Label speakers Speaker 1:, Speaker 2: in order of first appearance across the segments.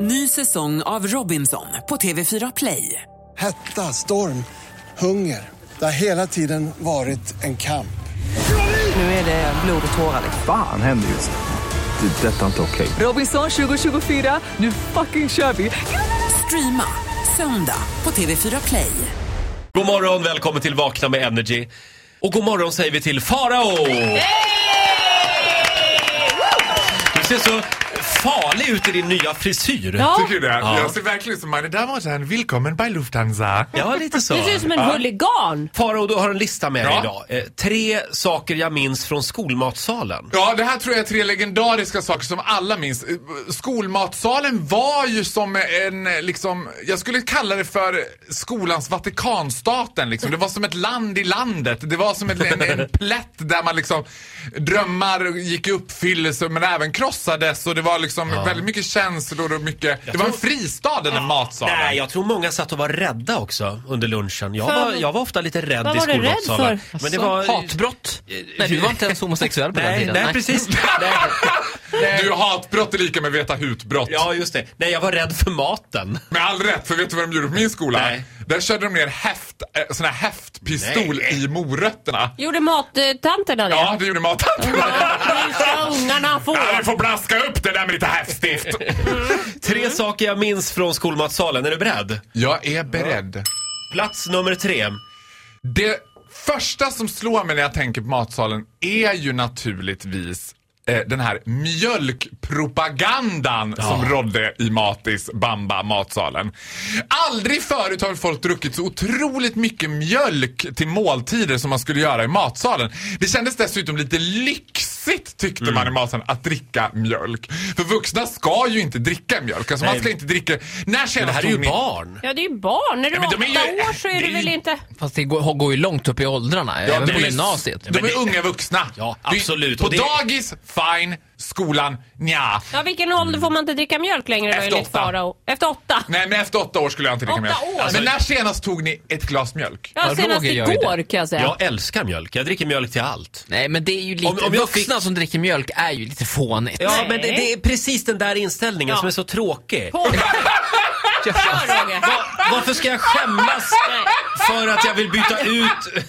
Speaker 1: Ny säsong av Robinson på TV4 Play.
Speaker 2: Hetta, storm, hunger. Det har hela tiden varit en kamp.
Speaker 1: Nu är det blod och tårar.
Speaker 3: Fan händer just nu. Det. är Detta är inte okej.
Speaker 1: Robinson 2024, nu fucking kör vi! Streama söndag på TV4 Play.
Speaker 4: God morgon, välkommen till Vakna med Energy. Och god morgon säger vi till Farao! Du ser så farlig ut i din nya frisyr.
Speaker 5: Tycker du det?
Speaker 4: Ja.
Speaker 5: Jag ser verkligen ut som meine Damen och herren, alltså willkommen bei Lufthansa.
Speaker 4: Ja, lite så.
Speaker 6: Du ser ut som en huligan.
Speaker 4: Farao, du har en lista med dig
Speaker 5: Ja.
Speaker 4: idag. Eh, tre saker jag minns från skolmatsalen.
Speaker 5: Ja, det här tror jag är tre legendariska saker som alla minns. Eh, Skolmatsalen var ju som en, eh, liksom, jag skulle kalla det för skolans Vatikanstaten. Liksom. Det var som ett land i landet. Det var som ett, en, en plätt där man liksom drömmar gick i uppfyllelse men även krossades och det var liksom väldigt mycket känslor och mycket, det var en fristad den där matsalen.
Speaker 4: Nej, jag tror många satt och var rädda också under lunchen. Jag,
Speaker 6: För-
Speaker 4: var, jag var ofta lite rädd
Speaker 6: Vad
Speaker 4: i
Speaker 6: var du rädd
Speaker 4: skolmatsalen.
Speaker 6: för? Alltså,
Speaker 4: Men det var...
Speaker 7: Hatbrott? Nej, du var inte ens homosexuell på den
Speaker 4: Nej,
Speaker 7: tiden.
Speaker 4: nej, precis. nej.
Speaker 5: Du, hatbrott är lika med veta hutbrott.
Speaker 4: Ja, just det. Nej, jag var rädd för maten.
Speaker 5: Med all rätt, för vet du vad de gjorde på min skola?
Speaker 4: Nej.
Speaker 5: Där körde de ner häft, eh, sån här häftpistol
Speaker 4: Nej.
Speaker 5: i morötterna.
Speaker 6: Gjorde mattanterna det?
Speaker 5: Ja, det gjorde mattanterna.
Speaker 6: Nu ska ungarna få.
Speaker 5: Ja, du får blaska upp det där med lite häftstift.
Speaker 4: Tre saker jag minns från skolmatsalen. Är du beredd?
Speaker 5: Jag är beredd.
Speaker 4: Plats nummer tre.
Speaker 5: Det första som slår mig när jag tänker på matsalen är ju naturligtvis eh, den här mjölkpropagandan som rådde i Matis Bamba matsalen. Aldrig förut har väl folk druckit så otroligt mycket mjölk till måltider som man skulle göra i matsalen. Det kändes dessutom lite lyxigt tyckte
Speaker 4: Mm.
Speaker 5: man i matsalen att dricka mjölk. För vuxna ska ju inte dricka mjölk. Alltså
Speaker 4: Nej.
Speaker 5: man ska inte dricka... När senast
Speaker 4: Det här är ju
Speaker 5: tog ni-
Speaker 4: barn.
Speaker 6: Ja, det är ju barn. När du är
Speaker 5: men
Speaker 6: åtta
Speaker 5: de är ju-
Speaker 6: år så är du
Speaker 5: det är
Speaker 6: väl
Speaker 5: ju-
Speaker 6: inte...
Speaker 7: Fast det går, går ju långt upp i åldrarna, även
Speaker 5: det
Speaker 7: på
Speaker 5: är ju-
Speaker 7: gymnasiet.
Speaker 5: De är unga vuxna.
Speaker 4: Ja,
Speaker 5: Det är-
Speaker 4: absolut.
Speaker 5: På
Speaker 4: Och det-
Speaker 5: dagis, fine. Skolan, nja.
Speaker 6: Ja, vilken ålder får man inte dricka mjölk längre då
Speaker 5: Efter
Speaker 6: enligt
Speaker 5: åtta.
Speaker 6: farao? Efter åtta?
Speaker 5: Nej, men efter åtta år skulle jag inte dricka
Speaker 6: Åtta
Speaker 5: mjölk.
Speaker 6: år?
Speaker 5: Men när senast tog ni ett glas mjölk?
Speaker 6: Ja,
Speaker 7: Ja,
Speaker 6: senast
Speaker 7: Roger gör ju
Speaker 6: igår kan jag säga.
Speaker 4: Jag älskar mjölk. Jag dricker mjölk till allt.
Speaker 7: Nej, men det är ju lite...
Speaker 4: Om- om jag
Speaker 7: vuxna som dricker mjölk är ju lite fånigt.
Speaker 4: Ja,
Speaker 6: Nej.
Speaker 4: men det, det är precis den där inställningen
Speaker 6: Ja.
Speaker 4: som är så tråkig.
Speaker 6: På. Kör Roger.
Speaker 4: Va- Varför ska jag skämmas för att jag vill byta ut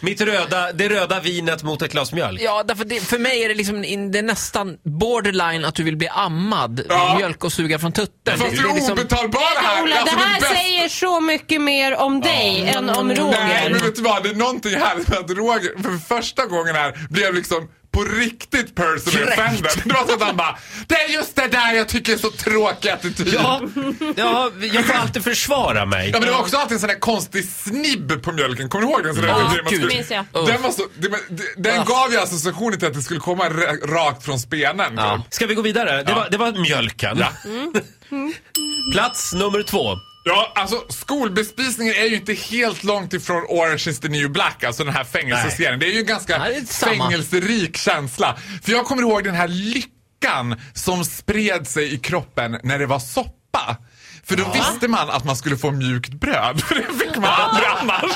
Speaker 4: mitt röda, det röda vinet mot ett glas mjölk?
Speaker 7: Ja, därför det, för mig är det liksom in, det är nästan borderline att du vill bli ammad
Speaker 5: Ja.
Speaker 7: med mjölk och suga från tutten.
Speaker 5: Fast du
Speaker 7: det
Speaker 5: är
Speaker 7: är liksom-
Speaker 5: obetalbar här!
Speaker 6: Ola, det
Speaker 5: Alltså,
Speaker 6: här
Speaker 5: bästa-
Speaker 6: säger så mycket mer om dig än om
Speaker 5: Nej, men
Speaker 6: Roger.
Speaker 5: vet du vad? Det är någonting härligt med att Roger för första gången här blev liksom på riktigt personally
Speaker 4: Kränkt.
Speaker 5: offended. Det var så att han bara Det är just det där jag tycker är så tråkig attityd.
Speaker 4: Ja, ja, jag får alltid försvara mig.
Speaker 5: Ja, men det var också alltid en sån där konstig snibb på mjölken. Kommer du ihåg den? Sån där
Speaker 7: Ja,
Speaker 5: man
Speaker 7: gud. Ah.
Speaker 6: Minns jag.
Speaker 5: Den, var så, det, men- det- den gav ju associationen till att det skulle komma ra- rakt från spenen.
Speaker 7: Ja.
Speaker 4: Ska vi gå vidare? Det, var, det var mjölken. Plats nummer två.
Speaker 5: Ja, alltså skolbespisningen är ju inte helt långt ifrån Orange is the new black, alltså den här fängelseserien. Det är ju en ganska
Speaker 7: Nej, det är inte samma.
Speaker 5: fängelserik känsla. För jag kommer ihåg den här lyckan som spred sig i kroppen när det var soppa. För då visste man att man skulle få mjukt bröd. För det fick man aldrig annars.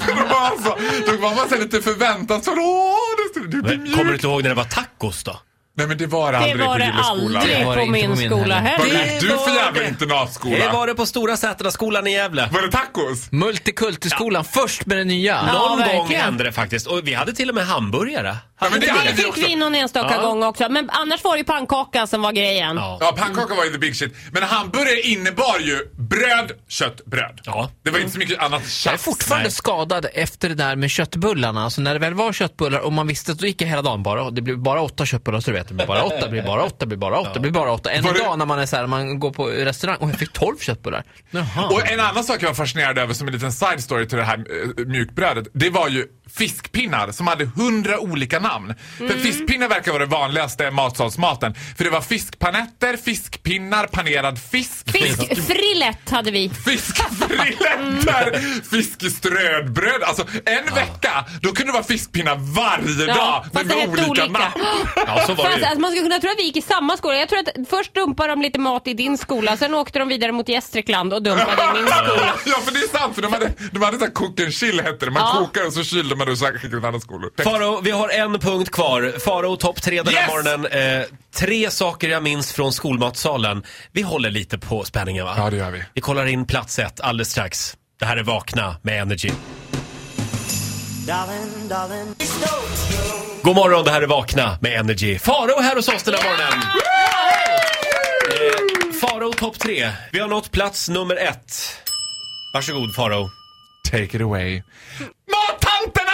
Speaker 5: För då, var man så, då var man så lite förväntansfull. Åh, det skulle det blir
Speaker 4: Kommer du
Speaker 5: mjukt.
Speaker 4: inte ihåg när det var tacos då?
Speaker 5: Nej men det var det aldrig
Speaker 6: Det var
Speaker 5: på
Speaker 6: det
Speaker 5: Gilleskolan.
Speaker 6: aldrig
Speaker 7: Det var det
Speaker 6: på
Speaker 7: inte
Speaker 6: min
Speaker 7: på min
Speaker 6: skola
Speaker 7: heller.
Speaker 5: Vad
Speaker 6: heller.
Speaker 4: Det
Speaker 5: gick du för
Speaker 4: var
Speaker 5: jävla
Speaker 4: det.
Speaker 5: internatskola?
Speaker 4: Det var det på Stora Sätraskolan i Gävle.
Speaker 5: var det tacos?
Speaker 7: Multikultiskolan först med det nya.
Speaker 6: Ja,
Speaker 4: Någon gång
Speaker 6: verkligen.
Speaker 4: hände det faktiskt. Och vi hade till och med hamburgare.
Speaker 5: Ja, men det hade
Speaker 6: Det
Speaker 5: vi
Speaker 6: fick
Speaker 5: också.
Speaker 6: vi någon enstaka
Speaker 4: Ja.
Speaker 6: gång också. Men annars var det ju pannkaka som var grejen.
Speaker 4: Ja.
Speaker 5: Ja, pannkaka var ju the big shit. Men hamburgare innebar ju bröd, kött, bröd.
Speaker 4: Ja.
Speaker 5: Det var inte så mycket annat
Speaker 7: Jag är
Speaker 5: tjafs.
Speaker 7: fortfarande
Speaker 4: Nej.
Speaker 7: skadad efter det där med köttbullarna. Alltså när det väl var köttbullar och man visste att då gick jag hela dagen bara, det blir bara åtta köttbullar så du vet, det blir bara åtta, blir bara åtta, blir bara åtta, blir bara åtta. En
Speaker 5: Var det-
Speaker 7: dag när man är så här, man går på restaurang och jag fick tolv köttbullar. Jaha.
Speaker 5: Och en annan sak jag var fascinerad över som en liten side story till det här eh, mjukbrödet. Det var ju fiskpinnar som hade hundra olika namn. För fiskpinnar verkar vara det vanligaste matsalsmaten. För det var fiskpanetter, fiskpinnar, panerad fisk.
Speaker 6: Fiskfrillett hade vi.
Speaker 5: Fiskfriletter, fiskströdbröd. Alltså en vecka, då kunde det vara fiskpinnar varje
Speaker 6: Ja,
Speaker 5: dag.
Speaker 6: fast det
Speaker 5: med
Speaker 6: hette
Speaker 5: olika,
Speaker 6: olika.
Speaker 5: namn.
Speaker 4: Ja, så var det
Speaker 6: Fast,
Speaker 4: ju.
Speaker 6: alltså, man skulle kunna tro att vi gick i samma skola. Jag tror att först dumpade de lite mat i din skola, sen åkte de vidare mot Gästrikland och dumpade i min skola.
Speaker 5: ja, för det är sant. För de hade, de hade så här cook and chill hette det. Man
Speaker 6: Ja.
Speaker 5: kokar och så kylde de man då söker till andra skolor.
Speaker 4: Faro, vi har en punkt kvar. Faro, topp tre den här
Speaker 5: Yes!
Speaker 4: morgonen. Eh, tre saker jag minns från skolmatsalen. Vi håller lite på spänningen va?
Speaker 5: Ja, det gör vi.
Speaker 4: Vi kollar in plats ett alldeles strax. Det här är Vakna med Energy. God morgon, det här är Vakna med Energy. Faro här hos oss den här morgonen. Eh, Faro topp tre. Vi har nått plats nummer ett. Varsågod Faro.
Speaker 5: Take it away. Mattanterna!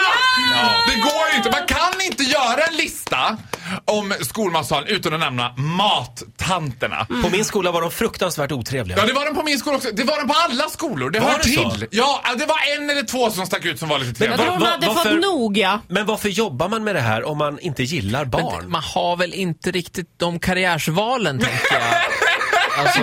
Speaker 5: Det går ju inte. Man kan inte göra en lista om skolmatsalen utan att nämna mattanterna.
Speaker 4: På min skola var de fruktansvärt otrevliga.
Speaker 5: Ja, det var den på min skola också. Det var den på alla skolor. Det
Speaker 4: Var
Speaker 5: hör
Speaker 4: det så?
Speaker 5: till. Ja, det var en eller två som stack ut som var lite
Speaker 4: Men
Speaker 5: trevliga.
Speaker 4: vad-
Speaker 8: De hade
Speaker 4: varför-
Speaker 8: fått nog ja.
Speaker 4: Men varför jobbar man med det här om man inte gillar barn?
Speaker 7: Men man har väl inte riktigt de karriärsvalen, tänker jag. Alltså,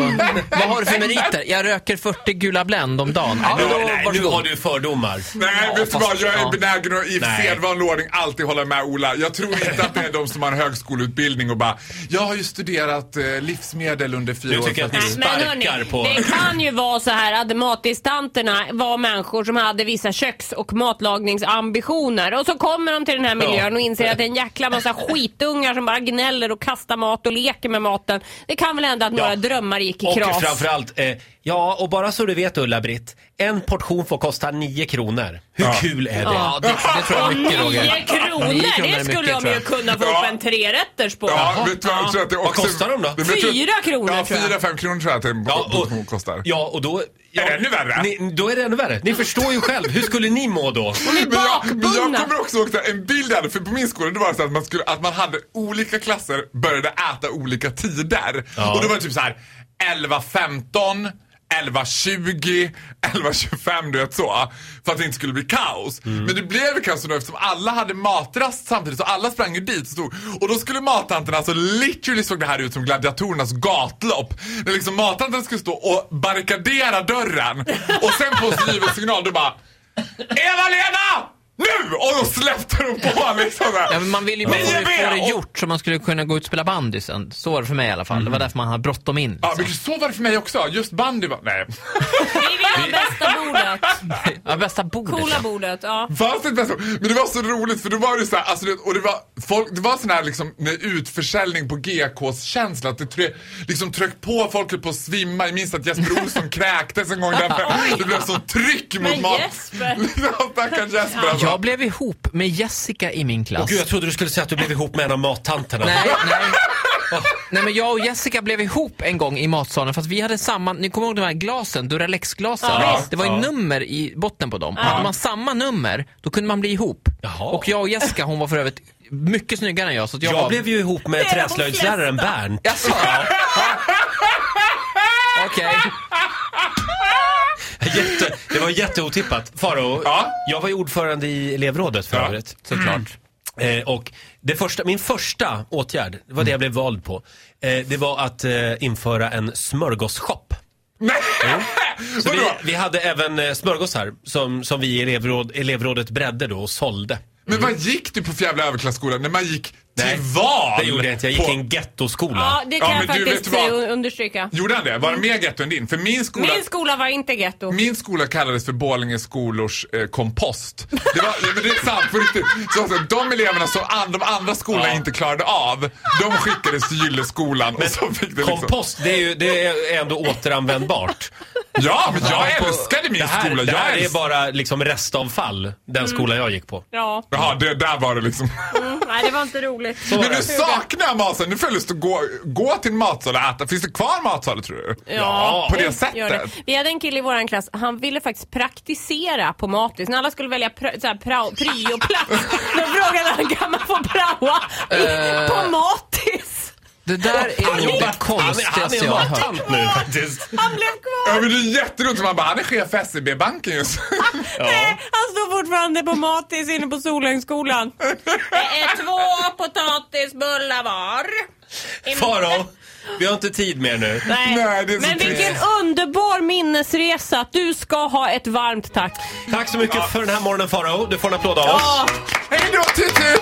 Speaker 7: vad har du för meriter? Jag röker 40 gula Blend om dagen. Ja,
Speaker 4: nu,
Speaker 7: men då,
Speaker 4: nej, nu
Speaker 7: varsågod.
Speaker 4: har du fördomar.
Speaker 5: Nej,
Speaker 7: Ja,
Speaker 5: vet du
Speaker 7: fast-
Speaker 5: vad? Jag är
Speaker 7: ja.
Speaker 5: benägen att i
Speaker 4: Nej.
Speaker 5: sedvanlig ordning alltid hålla med Ola. Jag tror inte att det är de som har en högskoleutbildning och bara “Jag har ju studerat eh, livsmedel under fyra
Speaker 4: Nu
Speaker 5: år”.
Speaker 4: tycker jag
Speaker 5: för
Speaker 4: att
Speaker 5: att-
Speaker 4: ni-
Speaker 6: Men
Speaker 4: sparkar
Speaker 6: hörni,
Speaker 4: på-
Speaker 6: det kan ju vara så här att matistanterna var människor som hade vissa köks och matlagningsambitioner och så kommer de till den här miljön och inser att det är en jäkla massa skitungar som bara gnäller och kastar mat och leker med maten. Det kan väl hända att några drömmar gick i
Speaker 4: Och
Speaker 6: kras.
Speaker 4: framförallt, eh, ja och bara så du vet Ulla-Britt, en portion får kosta 9 kronor. Hur kul är det?
Speaker 7: Ja, det, det tror jag
Speaker 6: Och
Speaker 7: är mycket,
Speaker 6: nio
Speaker 7: Roger.
Speaker 6: kronor,
Speaker 7: Nio kronor är
Speaker 6: det skulle
Speaker 7: mycket,
Speaker 6: de
Speaker 7: tror
Speaker 6: ju
Speaker 7: jag.
Speaker 6: kunna få upp
Speaker 5: Ja.
Speaker 6: en trerätters på.
Speaker 5: Ja, vet du vad? Jag tror att det också...
Speaker 4: Vad kostar de då?
Speaker 5: Det- jag tror-
Speaker 6: Fyra kronor,
Speaker 5: ja,
Speaker 6: tror jag.
Speaker 5: Fyra, fem kronor tror jag att det ja, och, kostar.
Speaker 4: ja, och då... Ja,
Speaker 5: Är det ännu värre?
Speaker 4: Ni, då är det ännu värre. Ni förstår ju själv, hur skulle ni må då?
Speaker 5: Men jag, men jag
Speaker 6: bakbundna.
Speaker 5: kommer också ihåg där, en bild jag hade, för på min skola det var så att man, skulle, att man hade olika klasser började äta olika tider.
Speaker 4: Ja.
Speaker 5: Och då var det typ så här 11.15, 11.20, 11.25 du vet så. För att det inte skulle bli kaos. Men det blev kaos då eftersom alla hade matrast samtidigt så alla sprang ju dit och stod. Och då skulle mattanterna, alltså literally såg det här ut som gladiatorernas gatlopp. När liksom mattanterna skulle stå och barrikadera dörren. Och sen på en given signal då bara Eva-Lena! Nu! Och då släppte de på liksom. där.
Speaker 7: Ja, men man vill ju bara
Speaker 5: Men
Speaker 7: få
Speaker 5: jag
Speaker 7: det, få
Speaker 5: vet,
Speaker 7: det
Speaker 5: och-
Speaker 7: gjort så man skulle kunna gå ut och spela bandy sen. Så var det för mig i alla fall. Det var därför man hade bråttom in.
Speaker 5: Ja, men så var det för mig också. Just bandy var... Nej.
Speaker 6: Vi vill ha bästa bordet.
Speaker 7: Ja, bästa bordet.
Speaker 6: Coola
Speaker 7: ja.
Speaker 6: bordet, ja.
Speaker 5: Fanns det ett bästa Men det var så roligt för då var det så här, alltså, det- och det var, folk, det var sån här liksom med utförsäljning på GKs känsla att det tre, liksom tryck på folk höll på att svimma. Jag minns att Jesper Olsson kräktes en gång därför det blev sånt tryck mot
Speaker 6: Men
Speaker 5: mat.
Speaker 6: Jesper.
Speaker 5: Ja, Stackars Jesper alltså.
Speaker 7: Jag blev ihop med Jessica i min klass.
Speaker 4: Gud, jag trodde du skulle säga att du blev ihop med en av mattanterna.
Speaker 7: Nej, nej. Nej men jag och Jessica blev ihop en gång i matsalen för att vi hade samma, ni kommer ihåg de här glasen, Duralex-glasen?
Speaker 6: Ja,
Speaker 7: det var ju
Speaker 4: Ja.
Speaker 7: nummer i botten på dem. Hade man samma nummer, då kunde man bli ihop.
Speaker 4: Jaha.
Speaker 7: Och jag och Jessica, hon var för övrigt mycket snyggare än jag så att jag,
Speaker 4: Jag
Speaker 7: var...
Speaker 4: blev ju ihop
Speaker 6: Det
Speaker 4: med
Speaker 6: är de
Speaker 4: träslöjdsläraren
Speaker 6: flesta.
Speaker 4: Bernt.
Speaker 7: Jaså? Ja. Okej.
Speaker 4: Jätte, det var jätteotippat. Faro,
Speaker 5: Ja.
Speaker 4: jag var ju ordförande i elevrådet för
Speaker 5: Ja. Mm.
Speaker 4: övrigt. Såklart. Eh, och det första, min första åtgärd, det var det jag blev vald på, eh, det var att eh, införa en smörgåsshop. Mm.
Speaker 5: Nej!
Speaker 4: Så vi,
Speaker 5: Vadå?
Speaker 4: vi hade även eh, smörgåsar som, som vi i elevråd, elevrådet bredde då och sålde.
Speaker 5: Men vad gick du på för jävla överklasskola när man gick till
Speaker 4: Nej,
Speaker 5: val?
Speaker 4: Det gjorde jag inte, jag gick
Speaker 5: på-
Speaker 4: i en gettoskola.
Speaker 6: Ja, det kan
Speaker 5: Ja,
Speaker 6: jag
Speaker 5: men du,
Speaker 6: faktiskt
Speaker 5: vet du vad?
Speaker 6: eh, understryka.
Speaker 5: Gjorde han det? Var
Speaker 4: Mm.
Speaker 5: det mer getto än din? För min skola...
Speaker 6: Min skola var inte getto.
Speaker 5: Min skola kallades för Borlänge skolors eh, kompost. Det, var, nej, men det är sant på riktigt. Så, alltså, de eleverna som an, de andra skolorna
Speaker 4: Ja.
Speaker 5: inte klarade av, de skickades till Gylleskolan och så fick det liksom...
Speaker 4: Kompost, det är ju det är ändå återanvändbart.
Speaker 5: Ja, men jag
Speaker 4: På-
Speaker 5: älskade min
Speaker 4: det här,
Speaker 5: skola.
Speaker 4: Det
Speaker 5: Jag
Speaker 4: här är
Speaker 5: älsk-
Speaker 4: bara liksom restavfall, den skola jag gick på.
Speaker 6: Ja,
Speaker 5: Jaha, det, där var det liksom.
Speaker 6: Mm, nej det var inte roligt.
Speaker 5: Men du saknar matsalen. Nu får jag lust att gå, gå till en matsal och äta. Finns det kvar matsalar tror du?
Speaker 6: Ja,
Speaker 5: På det
Speaker 6: Gör det.
Speaker 5: sättet?
Speaker 6: Vi hade en kille i vår klass, han ville faktiskt praktisera på matis. När alla skulle välja pr- så här, prao- prioplats, då frågade han kan man få praoa
Speaker 5: Eh.
Speaker 6: i- på matis?
Speaker 7: Det där är nog det konstigaste jag har hört.
Speaker 4: mattant nu faktiskt.
Speaker 6: Han blev kvar!
Speaker 5: Ja, men det är jätteroligt. Man bara, han är chef för SEB-banken just
Speaker 6: Nej, han står fortfarande på matis inne på Solhängsskolan. Det är två potatisbullar var. I-
Speaker 4: Faro, vi har inte tid mer nu.
Speaker 6: Nej.
Speaker 5: Nej, det är så
Speaker 6: Men vilken
Speaker 5: trist.
Speaker 6: underbar minnesresa. Du ska ha ett varmt tack.
Speaker 4: Tack så mycket för den här morgonen Faro. Du får en applåd av oss.
Speaker 5: Hej då, tut, tut!